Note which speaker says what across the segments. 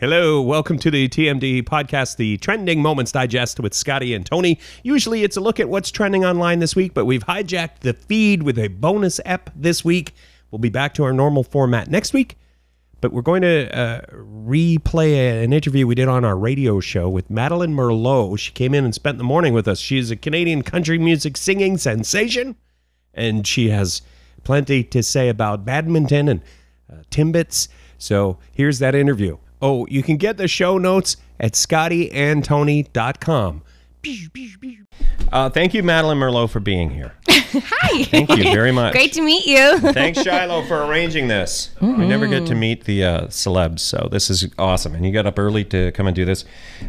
Speaker 1: Hello, welcome to the TMD podcast, the Trending Moments Digest with Scotty and Tony. Usually it's a look at what's trending online this week, but we've hijacked the feed with a bonus ep this week. We'll be back to our normal format next week, but we're going to uh, replay an interview we did on our radio show with Madeline Merlot. She came in and spent the morning with us. She's a Canadian country music singing sensation, and she has plenty to say about badminton and uh, Timbits. So here's that interview. Oh, you can get the show notes at scottyandtony.com. Uh, thank you, Madeline Merlot, for being here.
Speaker 2: Hi.
Speaker 1: Thank you very much.
Speaker 2: Great to meet you.
Speaker 1: Thanks, Shiloh, for arranging this. We never get to meet the uh, celebs, so this is awesome. And you got up early to come and do this.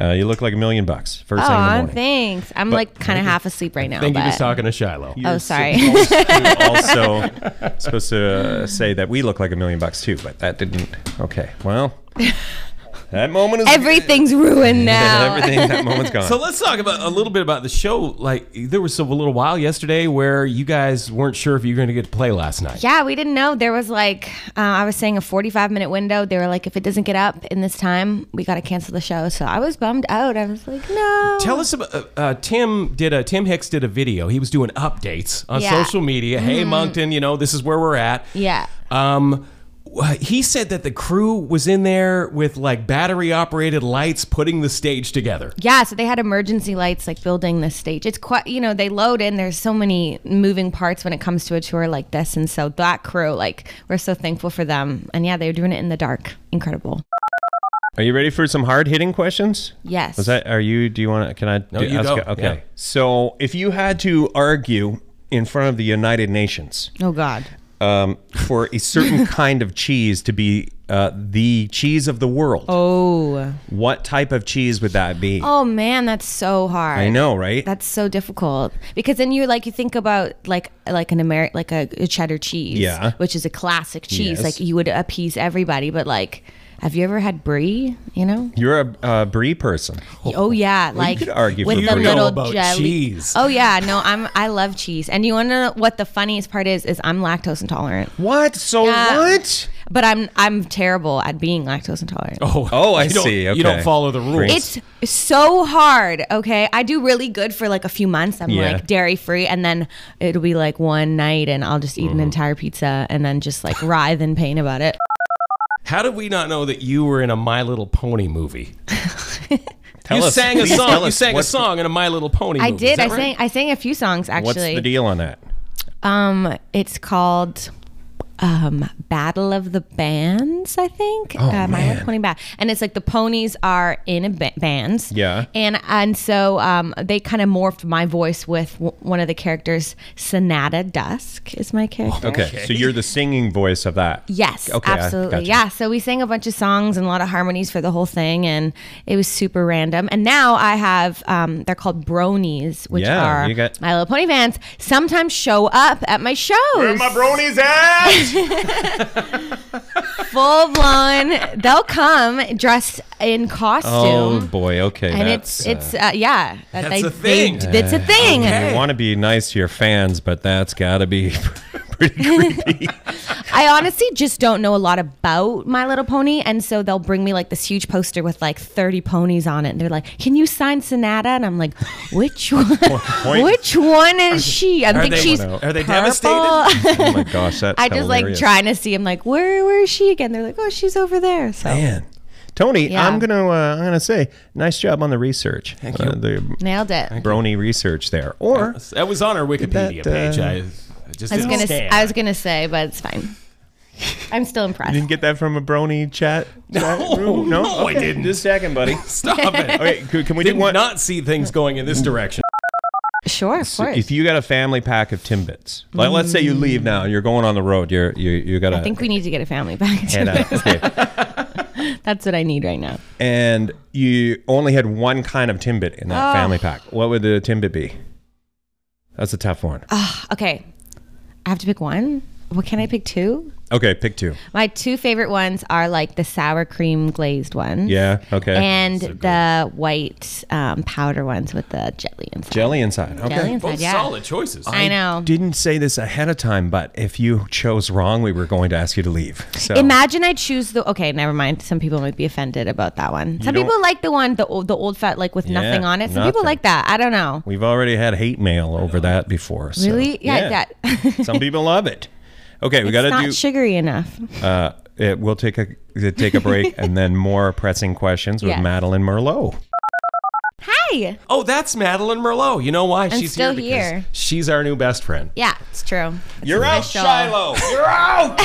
Speaker 1: Uh, you look like a million bucks first thing in the
Speaker 2: Aw,
Speaker 1: morning.
Speaker 2: thanks. Oh, I'm like kind of half asleep right now.
Speaker 3: Thank you
Speaker 2: but-
Speaker 3: for talking to Shiloh.
Speaker 2: Oh, sorry.
Speaker 1: also supposed to uh, say that we look like a million bucks too, but that didn't. Okay, well, that moment is
Speaker 2: Everything's ruined now.
Speaker 1: Everything that moment's gone.
Speaker 3: So let's talk about a little bit about the show. Like there was a little while yesterday where you guys weren't sure if you were going to get to play last night.
Speaker 2: Yeah, we didn't know. There was like, uh, I was saying a 45 minute window. They were like, if it doesn't get up in this time, we got to cancel the show. So I was bummed out. I was like, no.
Speaker 3: Tell us about uh, uh, Tim did a Tim Hicks did a video. He was doing updates on
Speaker 2: Yeah.
Speaker 1: Uh,
Speaker 2: Mm-hmm.
Speaker 3: social media. Hey Moncton, you know this is where we're at.
Speaker 2: Yeah.
Speaker 3: Um, wh- he said that the crew was in there with like battery operated lights putting the stage together.
Speaker 2: Yeah, so they had emergency lights like building this stage. It's quite, you know, they load in. There's so many moving parts when it comes to a tour like this. And so that crew, like, we're so thankful for them. And yeah, they were doing it in the dark. Incredible.
Speaker 1: Are you ready for some hard hitting questions?
Speaker 2: Yes.
Speaker 1: Was that? Are you? Do you want to? Can I?
Speaker 3: No,
Speaker 1: do-
Speaker 3: you
Speaker 1: ask
Speaker 3: go.
Speaker 1: a- Okay.
Speaker 3: Yeah.
Speaker 1: So, if you had to argue in front of the United Nations
Speaker 2: Oh, God.
Speaker 1: um, for a certain kind of cheese to be uh, the cheese of the world,
Speaker 2: Oh.
Speaker 1: what type of cheese would that be?
Speaker 2: Oh man, that's so hard.
Speaker 1: I know, right?
Speaker 2: That's so difficult because then you like you think about like like an Ameri- like a, a cheddar cheese,
Speaker 1: Yeah.
Speaker 2: which is a classic cheese.
Speaker 1: Yes.
Speaker 2: Like you would appease everybody, but like, have you ever had brie? You know?
Speaker 1: You're a uh, brie person.
Speaker 2: Oh yeah, like
Speaker 1: could argue
Speaker 2: with
Speaker 1: for
Speaker 2: the
Speaker 1: brie. You
Speaker 3: know
Speaker 2: little
Speaker 3: about
Speaker 2: jelly.
Speaker 3: cheese.
Speaker 2: Oh yeah, no, I'm I love cheese, and you want to know what the funniest part is? Is I'm lactose intolerant,
Speaker 1: What? So
Speaker 2: Yeah.
Speaker 1: what?
Speaker 2: but I'm I'm terrible at being lactose intolerant.
Speaker 3: Oh,
Speaker 1: Oh, I
Speaker 3: you don't-
Speaker 1: see.
Speaker 3: You don't
Speaker 1: Okay.
Speaker 3: follow the rules.
Speaker 2: It's so hard. Okay, I do really good for like a few months. I'm
Speaker 1: Yeah.
Speaker 2: like dairy free, and then it'll be like one night, and I'll just eat
Speaker 1: Mm-hmm.
Speaker 2: an entire pizza, and then just like writhe in pain about it.
Speaker 3: How did we not know that you were in a My Little Pony movie?
Speaker 1: Tell
Speaker 3: you
Speaker 1: us,
Speaker 3: sang a
Speaker 1: please tell
Speaker 3: song. You
Speaker 1: us
Speaker 3: sang a
Speaker 1: what's-
Speaker 3: song in a My Little Pony.
Speaker 2: I
Speaker 3: movie. Is
Speaker 2: did. I
Speaker 3: that
Speaker 2: sang.
Speaker 3: right?
Speaker 2: I sang a few songs
Speaker 1: What's
Speaker 2: actually.
Speaker 1: the deal on that?
Speaker 2: Um, it's called um Battle of the Bands, I think. Oh, uh, My Little Pony Band, and it's like the ponies are in a ba- bands.
Speaker 1: Yeah.
Speaker 2: and and so um, they kind of morphed my voice with w- one of the characters. Sonata Dusk is my character.
Speaker 1: Okay, so you're the singing voice of that.
Speaker 2: Yes,
Speaker 1: Okay, I
Speaker 2: absolutely.
Speaker 1: gotcha.
Speaker 2: Yeah, so we sang a bunch of songs and a lot of harmonies for the whole thing, and it was super random. And now I have, um, they're called bronies, which
Speaker 1: Yeah,
Speaker 2: are
Speaker 1: you got-
Speaker 2: My Little Pony fans. Sometimes show up at my shows.
Speaker 1: bronies at?
Speaker 2: full blown. They'll come dressed in
Speaker 1: oh
Speaker 2: costume.
Speaker 1: boy. Okay.
Speaker 2: and
Speaker 1: that's,
Speaker 2: it's it's uh, yeah. That's
Speaker 3: a thing.
Speaker 2: it's a thing.
Speaker 1: You want to be nice to your fans, but that's got to be pretty creepy.
Speaker 2: I honestly just don't know a lot about My Little Pony, and so they'll bring me like this huge poster with like thirty ponies on it, and they're like, "Can you sign Sonata?" And I'm like, "Which one?
Speaker 1: point-
Speaker 2: which one is she?" I think
Speaker 3: they-
Speaker 2: she's
Speaker 3: are they
Speaker 2: purple.
Speaker 3: devastated?
Speaker 1: oh my gosh, that's
Speaker 2: I just like
Speaker 1: hilarious.
Speaker 2: trying to see. I'm like, "Where where is she again?" They're like, "Oh, she's over there." So
Speaker 1: Man, Tony,
Speaker 2: Yeah.
Speaker 1: I'm gonna uh, I'm gonna say nice job on the research, Thank you. Uh, the
Speaker 2: nailed it.
Speaker 1: brony research there, or
Speaker 3: That was on our Wikipedia
Speaker 1: That, uh,
Speaker 3: page. I, I just
Speaker 2: I was
Speaker 3: didn't
Speaker 2: gonna
Speaker 3: scan.
Speaker 2: I was gonna say, but it's fine. I'm still
Speaker 1: you
Speaker 2: impressed.
Speaker 1: didn't get that from a brony chat? chat room?
Speaker 3: no, I
Speaker 1: Okay,
Speaker 3: didn't.
Speaker 1: Just a second, buddy.
Speaker 3: Stop it.
Speaker 1: Okay, c- can we
Speaker 3: Did
Speaker 1: do one?
Speaker 3: not see things going in this direction.
Speaker 2: Sure, of
Speaker 1: So
Speaker 2: course.
Speaker 1: if you got a family pack of Timbits, like let's say you leave now, you're going on the road, you're you you got
Speaker 2: Mm. I think we need to get a family back.
Speaker 1: and, uh, okay.
Speaker 2: That's what I need right now.
Speaker 1: and you only had one kind of Timbit in that
Speaker 2: Ah.
Speaker 1: family pack. What would the Timbit be? That's a tough one.
Speaker 2: Uh. Okay. I have to pick one. What can I pick two?
Speaker 1: Okay, pick two.
Speaker 2: My two favorite ones are like the sour cream glazed ones.
Speaker 1: Yeah, okay.
Speaker 2: And the white um, powder ones with the jelly inside.
Speaker 1: Jelly inside. Okay.
Speaker 2: Jelly inside,
Speaker 3: Both
Speaker 2: yeah.
Speaker 3: solid choices.
Speaker 2: I know.
Speaker 1: Didn't say this ahead of time, but if you chose wrong, we were going to ask you to leave. So
Speaker 2: Imagine I choose the okay. Never mind. Some people might be offended about that one. Some
Speaker 1: don't-
Speaker 2: people like the one the old, the old fat like with nothing on it. Some people
Speaker 1: nothing.
Speaker 2: like that. I don't know.
Speaker 1: we've already had hate mail over that before. so-
Speaker 2: Really? Yeah, that-
Speaker 1: Some people love it. Okay, we got
Speaker 2: it's not
Speaker 1: to do.
Speaker 2: sugary enough.
Speaker 1: uh, it, we'll take a uh, take a break and then more pressing questions with
Speaker 2: Yes.
Speaker 1: Madeline Merlot.
Speaker 2: Hi.
Speaker 3: Oh, that's Madeline Merlot. You know why? she's
Speaker 2: still
Speaker 3: here,
Speaker 2: here.
Speaker 3: because she's our new best friend.
Speaker 2: Yeah, it's true. It's
Speaker 3: You're out,
Speaker 2: official.
Speaker 3: Shiloh. You're out.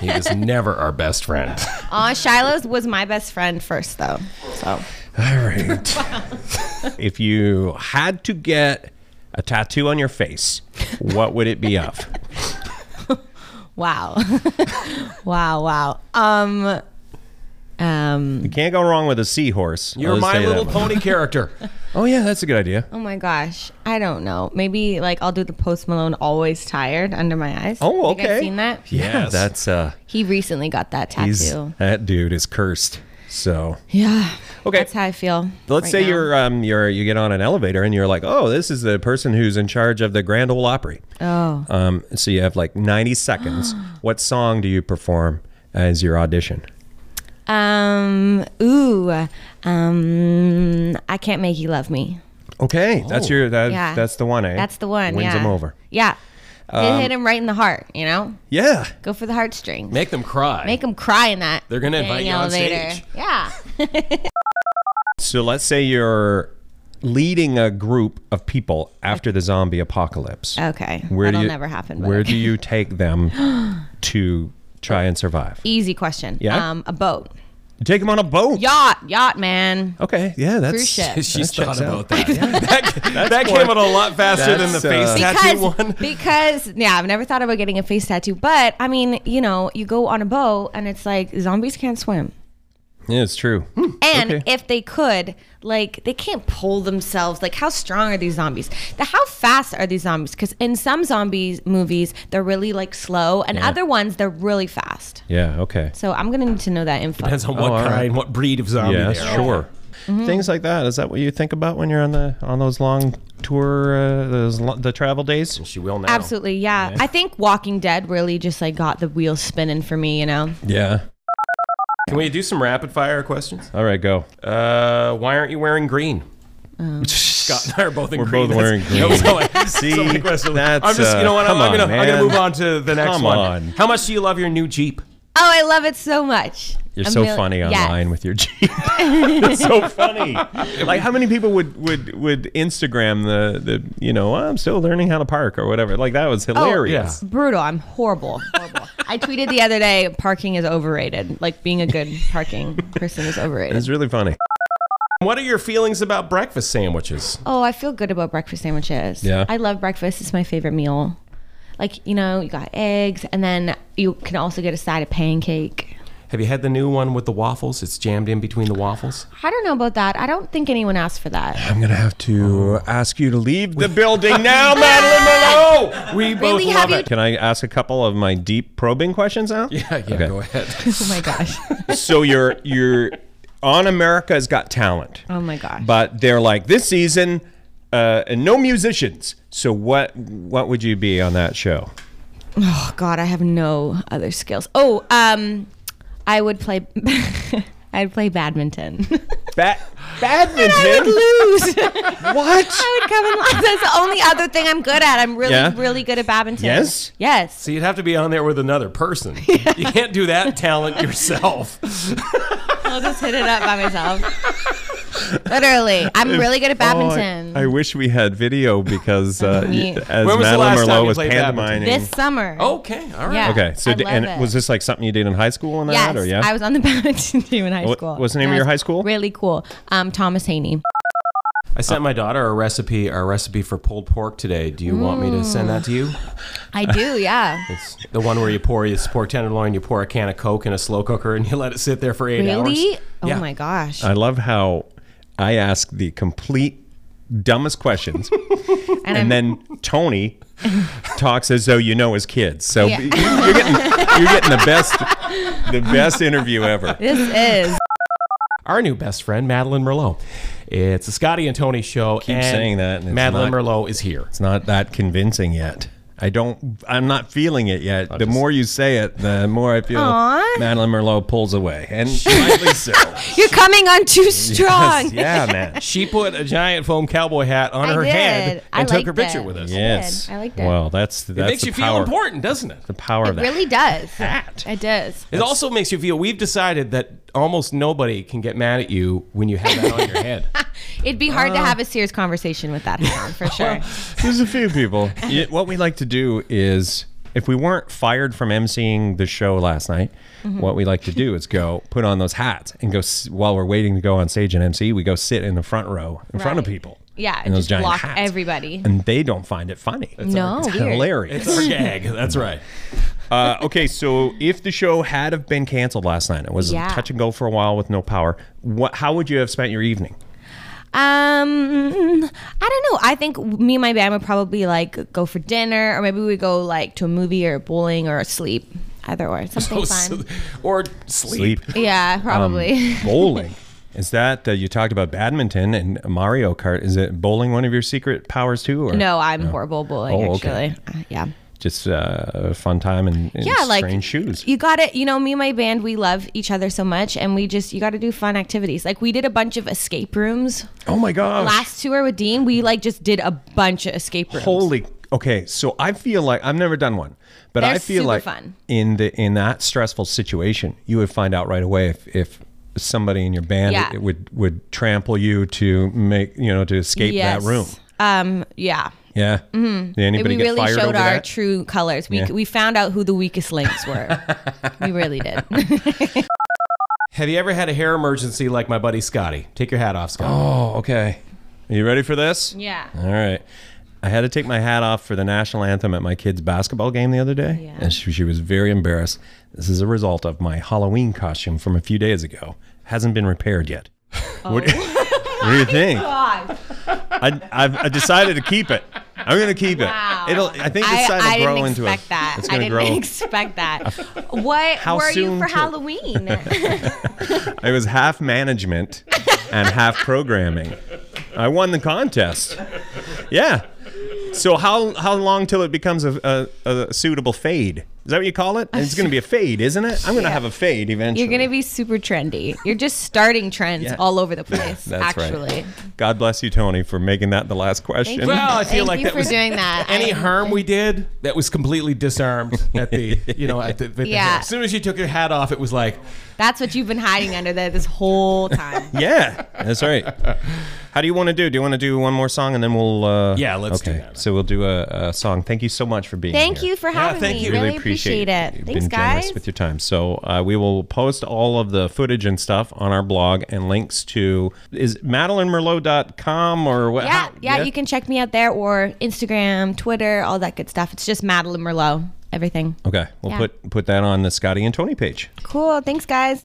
Speaker 3: he was never our best friend.
Speaker 2: Aw, Shiloh's was my best friend first though. So
Speaker 1: All right. if you had to get a tattoo on your face, what would it be of?
Speaker 2: wow, wow, wow. Um, um.
Speaker 1: You can't go wrong with a seahorse. I'll
Speaker 3: You're
Speaker 1: just
Speaker 3: my
Speaker 1: say that
Speaker 3: little
Speaker 1: much.
Speaker 3: pony character.
Speaker 1: Oh yeah, that's a good idea.
Speaker 2: Oh my gosh, I don't know. Maybe like I'll do the Post Malone "Always Tired" under my eyes.
Speaker 1: Oh,
Speaker 2: You guys
Speaker 1: okay.
Speaker 2: seen that?
Speaker 1: Yeah,
Speaker 3: Yes.
Speaker 1: that's uh,
Speaker 2: He recently got that
Speaker 1: he's,
Speaker 2: tattoo.
Speaker 1: that dude is cursed. So
Speaker 2: Yeah.
Speaker 1: Okay.
Speaker 2: That's how I feel.
Speaker 1: let's
Speaker 2: right
Speaker 1: say
Speaker 2: now.
Speaker 1: you're um you're you get on an elevator and you're like, oh, this is the person who's in charge of the Grand Ole Opry.
Speaker 2: Oh.
Speaker 1: Um, so you have like 90 seconds. what song do you perform as your audition?
Speaker 2: Um. Ooh. Um. I can't make you love me.
Speaker 1: Okay, that's your that,
Speaker 2: Oh. Yeah.
Speaker 1: that's the one. Eh?
Speaker 2: That's the one.
Speaker 1: Wins
Speaker 2: yeah.
Speaker 1: them over. Um,
Speaker 2: Yeah. it hit him right in the heart. You know.
Speaker 1: Yeah.
Speaker 2: Go for the heartstrings.
Speaker 3: Make them cry.
Speaker 2: Make him cry in that.
Speaker 3: They're gonna
Speaker 2: dang
Speaker 3: invite you on stage.
Speaker 2: Yeah.
Speaker 1: So let's say you're leading a group of people after the zombie apocalypse.
Speaker 2: Okay.
Speaker 1: Where do
Speaker 2: That'll
Speaker 1: you,
Speaker 2: never happen. But
Speaker 1: Where do you take them to try and survive?
Speaker 2: Easy question.
Speaker 1: Yeah?
Speaker 2: Um. A boat.
Speaker 1: You take them on a boat.
Speaker 2: Yacht. Yacht, man.
Speaker 1: Okay, yeah, that's
Speaker 2: Cruise ship.
Speaker 3: She's
Speaker 1: That
Speaker 3: thought
Speaker 1: checks
Speaker 3: about
Speaker 1: out.
Speaker 3: that. that that came out a lot faster than the
Speaker 1: That's,
Speaker 3: face
Speaker 1: uh,
Speaker 3: tattoo one.
Speaker 2: because because yeah, I've never thought about getting a face tattoo, but I mean, you know, you go on a boat and it's like zombies can't swim.
Speaker 1: Yeah, it's true.
Speaker 2: And
Speaker 1: Okay.
Speaker 2: if they could, like, they can't pull themselves. Like, how strong are these zombies? The, how fast are these zombies? Because in some zombies movies, they're really like slow, and other ones they're really fast.
Speaker 1: Yeah, okay.
Speaker 2: So I'm gonna need to know that info.
Speaker 3: Depends on what
Speaker 1: Oh, all right.
Speaker 3: kind, what breed of zombie
Speaker 1: Yeah,
Speaker 3: they are.
Speaker 1: sure.
Speaker 2: Mm-hmm.
Speaker 1: Things like that. Is that what you think about when you're on the on those long tour, uh, those lo- the travel days?
Speaker 3: She will now.
Speaker 2: Absolutely, yeah. I think Walking Dead really just like got the wheels spinning for me. You know,
Speaker 1: Yeah.
Speaker 3: Can we do some rapid fire questions?
Speaker 1: All right, go.
Speaker 3: Uh, why aren't you wearing green? Scott and I are both in
Speaker 1: We're
Speaker 3: green.
Speaker 1: both wearing
Speaker 3: That's- that was
Speaker 1: green.
Speaker 3: all I- that's
Speaker 1: See,
Speaker 3: the only question.
Speaker 1: that's,
Speaker 3: I'm just, you know
Speaker 1: uh,
Speaker 3: what? I'm,
Speaker 1: come
Speaker 3: I'm gonna,
Speaker 1: on,
Speaker 3: I'm gonna
Speaker 1: man.
Speaker 3: move on to the next
Speaker 1: Come
Speaker 3: one.
Speaker 1: on.
Speaker 3: How much do you love your new Jeep?
Speaker 2: oh, I love it so much.
Speaker 1: You're
Speaker 2: A
Speaker 1: so
Speaker 2: mil-
Speaker 1: funny
Speaker 2: Yes.
Speaker 1: online with your Jeep. It's so funny. Like how many people would would would Instagram the the you know "Oh, I'm still learning how to park or whatever. Like that was
Speaker 3: Oh,
Speaker 1: hilarious.
Speaker 2: Oh, Brutal. I'm horrible. horrible. I tweeted the other day, parking is overrated. Like being a good parking person is overrated.
Speaker 1: It's really funny.
Speaker 3: What are your feelings about breakfast sandwiches?
Speaker 2: Oh, I feel good about breakfast sandwiches.
Speaker 1: Yeah.
Speaker 2: I love breakfast. It's my favorite meal. Like, you know, you got eggs and then you can also get a side of pancake.
Speaker 3: Have you had the new one with the waffles? It's jammed in between the waffles.
Speaker 2: I don't know about that. I don't think anyone asked for that.
Speaker 1: I'm gonna have
Speaker 3: Oh.
Speaker 1: to ask you to leave the building now, Madeline Monroe.
Speaker 3: We both
Speaker 2: Really?
Speaker 3: love
Speaker 2: Have you-
Speaker 3: it.
Speaker 1: Can I ask a couple of my deep probing questions now?
Speaker 3: Yeah, yeah,
Speaker 1: Okay.
Speaker 3: go ahead.
Speaker 2: Oh my gosh.
Speaker 1: so you're you're on America's Got Talent.
Speaker 2: Oh my gosh.
Speaker 1: But they're like this season, uh, and no musicians. So what what would you be on that show?
Speaker 2: Oh God, I have no other skills. Oh, um, I would play. I'd play badminton.
Speaker 1: Ba-
Speaker 2: I would
Speaker 1: badminton.
Speaker 2: lose.
Speaker 1: What?
Speaker 2: I would come in last. That's the only other thing I'm good at. I'm really,
Speaker 1: Yeah?
Speaker 2: really good at badminton.
Speaker 1: Yes?
Speaker 2: Yes.
Speaker 3: So you'd have to be on there with another person. You can't do that talent yourself.
Speaker 2: I'll just hit it up by myself. Literally. I'm really good at badminton.
Speaker 1: I, wish we had video because uh,
Speaker 2: Me.
Speaker 1: y- as
Speaker 3: When was
Speaker 1: Madeline
Speaker 3: the last time
Speaker 1: Merlot
Speaker 3: you
Speaker 1: was
Speaker 3: played badminton?
Speaker 1: pantomiming.
Speaker 2: this summer.
Speaker 1: Oh,
Speaker 3: Okay, all right.
Speaker 2: Yeah.
Speaker 1: Okay, so
Speaker 2: I
Speaker 1: d-
Speaker 2: love
Speaker 1: and
Speaker 2: it.
Speaker 1: was this like something you did in high school and
Speaker 2: Yes,
Speaker 1: that, or yeah?
Speaker 2: I was on the badminton team in high
Speaker 1: What-
Speaker 2: school.
Speaker 1: what's the name of
Speaker 2: That
Speaker 1: your
Speaker 2: was
Speaker 1: high school?
Speaker 2: Really cool. Um, Thomas Haney.
Speaker 3: I sent my daughter a recipe, a recipe for pulled pork today. Do you want me to send that to you?
Speaker 2: I do, yeah.
Speaker 3: It's the one where you pour you pour tenderloin, you pour a can of Coke in a slow cooker, and you let it sit there for eight hours.
Speaker 2: really? Oh
Speaker 3: Yeah.
Speaker 2: my gosh.
Speaker 1: I love how I ask the complete dumbest questions, and,
Speaker 2: I'm-
Speaker 1: then Tony talks as though you know his kids. So
Speaker 2: Yeah.
Speaker 1: you- you're getting You're getting the best, the best interview ever.
Speaker 2: This is.
Speaker 3: our new best friend, Madeline Merlot. It's the Scotty and Tony show. Keep
Speaker 1: saying that, and it's
Speaker 3: Madeline
Speaker 1: not-
Speaker 3: Merlot is here.
Speaker 1: It's not that convincing yet. I don't. I'm not feeling it yet. the more you say it, the more I feel.
Speaker 2: Aw.
Speaker 1: Madeline Merlot pulls away, and rightly so.
Speaker 2: You're coming on too strong.
Speaker 1: Yes, yeah, man.
Speaker 3: She put a giant foam cowboy hat on
Speaker 2: I
Speaker 3: her
Speaker 2: did.
Speaker 3: head
Speaker 2: I
Speaker 3: and took
Speaker 2: liked
Speaker 3: her picture
Speaker 2: it.
Speaker 3: with us.
Speaker 1: Yes,
Speaker 2: I liked it.
Speaker 1: Well, that's that's
Speaker 3: It makes
Speaker 1: the
Speaker 3: you
Speaker 1: power,
Speaker 3: feel important, doesn't it?
Speaker 1: The power of that.
Speaker 2: It really does. It does.
Speaker 3: It also makes you feel. We've decided that almost nobody can get mad at you when you have that on your head.
Speaker 2: It'd be
Speaker 1: Uh.
Speaker 2: hard to have a serious conversation with that hat on, for sure.
Speaker 1: There's a few people. Y- what we like to do is, if we weren't fired from emceeing the show last night,
Speaker 2: Mm-hmm.
Speaker 1: what we like to do is go put on those hats and go s- while we're waiting to go on stage and MC. We go sit in the front row in front of
Speaker 2: Right.
Speaker 1: people.
Speaker 2: Yeah,
Speaker 1: in
Speaker 2: and
Speaker 1: those
Speaker 2: just
Speaker 1: giant
Speaker 2: block
Speaker 1: hats.
Speaker 2: everybody.
Speaker 1: and they don't find it funny.
Speaker 2: No,
Speaker 1: it's
Speaker 2: weird.
Speaker 1: hilarious.
Speaker 3: It's our gag. That's right.
Speaker 1: Uh, okay, so if the show had have been canceled last night, it was
Speaker 2: Yeah.
Speaker 1: touch and go for a while with no power. What? How would you have spent your evening?
Speaker 2: Um, I don't know. I think me and my band would probably like go for dinner, or maybe we go like to a movie or bowling or sleep. Either or something fun.
Speaker 3: Oh, or sleep.
Speaker 1: Um,
Speaker 2: yeah, probably.
Speaker 1: bowling. Is that uh, you talked about badminton and Mario Kart? Is it bowling one of your secret powers too, or
Speaker 2: no, I'm horrible at bowling.
Speaker 1: Oh,
Speaker 2: actually,
Speaker 1: okay.
Speaker 2: Uh, yeah.
Speaker 1: just uh, a fun time and, and
Speaker 2: yeah, like
Speaker 1: strange shoes?
Speaker 2: You got to You know, me and my band, we love each other so much, and we just you got to do fun activities. Like we did a bunch of escape rooms
Speaker 1: oh my gosh!
Speaker 2: last tour with Dean. We like just did a bunch of escape rooms.
Speaker 1: Holy. Okay, so I feel like I've never done one, but
Speaker 2: They're
Speaker 1: I feel
Speaker 2: super
Speaker 1: like
Speaker 2: fun.
Speaker 1: in the in that stressful situation, you would find out right away if if somebody in your band
Speaker 2: Yeah.
Speaker 1: it would would trample you to make you know to escape
Speaker 2: Yes.
Speaker 1: that room.
Speaker 2: Um. Yeah.
Speaker 1: Yeah. Did anybody
Speaker 2: we
Speaker 1: get
Speaker 2: really
Speaker 1: fired
Speaker 2: showed our
Speaker 1: over that?
Speaker 2: true colors. We
Speaker 1: Yeah.
Speaker 2: we found out who the weakest links were. we really did.
Speaker 3: Have you ever had a hair emergency like my buddy Scotty? Take your hat off, Scotty.
Speaker 1: oh, okay. Are you ready for this?
Speaker 2: yeah.
Speaker 1: All right. I had to take my hat off for the national anthem at my kid's basketball game the other day,
Speaker 2: Yeah.
Speaker 1: and she, she was very embarrassed. This is a result of my Halloween costume from a few days ago. Hasn't been repaired yet.
Speaker 2: Oh.
Speaker 1: What, what do you think?
Speaker 2: God.
Speaker 1: I, I've I decided to keep it. I'm gonna keep
Speaker 2: Wow.
Speaker 1: it. It'll. I think this side
Speaker 2: I, I
Speaker 1: will grow
Speaker 2: didn't
Speaker 1: into
Speaker 2: expect
Speaker 1: a.
Speaker 2: that.
Speaker 1: It's
Speaker 2: I
Speaker 1: gonna
Speaker 2: didn't
Speaker 1: grow.
Speaker 2: expect that. What
Speaker 1: How
Speaker 2: were you
Speaker 1: soon
Speaker 2: for
Speaker 1: to-
Speaker 2: Halloween?
Speaker 1: it was half management and half programming. I won the contest. Yeah. So how how long till it becomes a, a, a suitable fade? Is that what you call it? It's going to be a fade, isn't it? I'm going to have a fade eventually.
Speaker 2: You're gonna be super trendy. You're just starting trends
Speaker 1: Yeah.
Speaker 2: all over the place.
Speaker 1: That's right.
Speaker 2: actually.
Speaker 1: God bless you, Tony, for making that the last question.
Speaker 2: you.
Speaker 3: Well, I feel
Speaker 2: Thank
Speaker 3: like
Speaker 2: you
Speaker 3: that
Speaker 2: for
Speaker 3: was
Speaker 2: doing that.
Speaker 3: any
Speaker 2: I-
Speaker 3: harm we did that was completely disarmed at the you know at the, at the
Speaker 2: Yeah.
Speaker 3: hair. as soon as you took your hat off, it was like
Speaker 2: That's what you've been hiding under there this whole time.
Speaker 1: Yeah, that's right. How do you want to do? Do you want to do one more song and then we'll? Uh,
Speaker 3: Yeah, let's do
Speaker 1: okay.
Speaker 3: that.
Speaker 1: So we'll do a, a song. Thank you so much for being.
Speaker 2: Thank
Speaker 1: here.
Speaker 2: you for having
Speaker 3: thank
Speaker 2: me.
Speaker 3: you.
Speaker 2: Really appreciate it.
Speaker 1: You've
Speaker 2: Thanks,
Speaker 1: been
Speaker 2: guys.
Speaker 1: generous with your time. So uh, we will post all of the footage and stuff on our blog and links to is madelinemerlot.com or what?
Speaker 2: Yeah,
Speaker 1: how-
Speaker 2: yeah, you can check me out there or Instagram, Twitter, all that good stuff. It's just Madeline Merlot, everything.
Speaker 1: Okay, we'll
Speaker 2: Yeah.
Speaker 1: put put that on the Scotty and Tony page.
Speaker 2: Cool. Thanks, guys.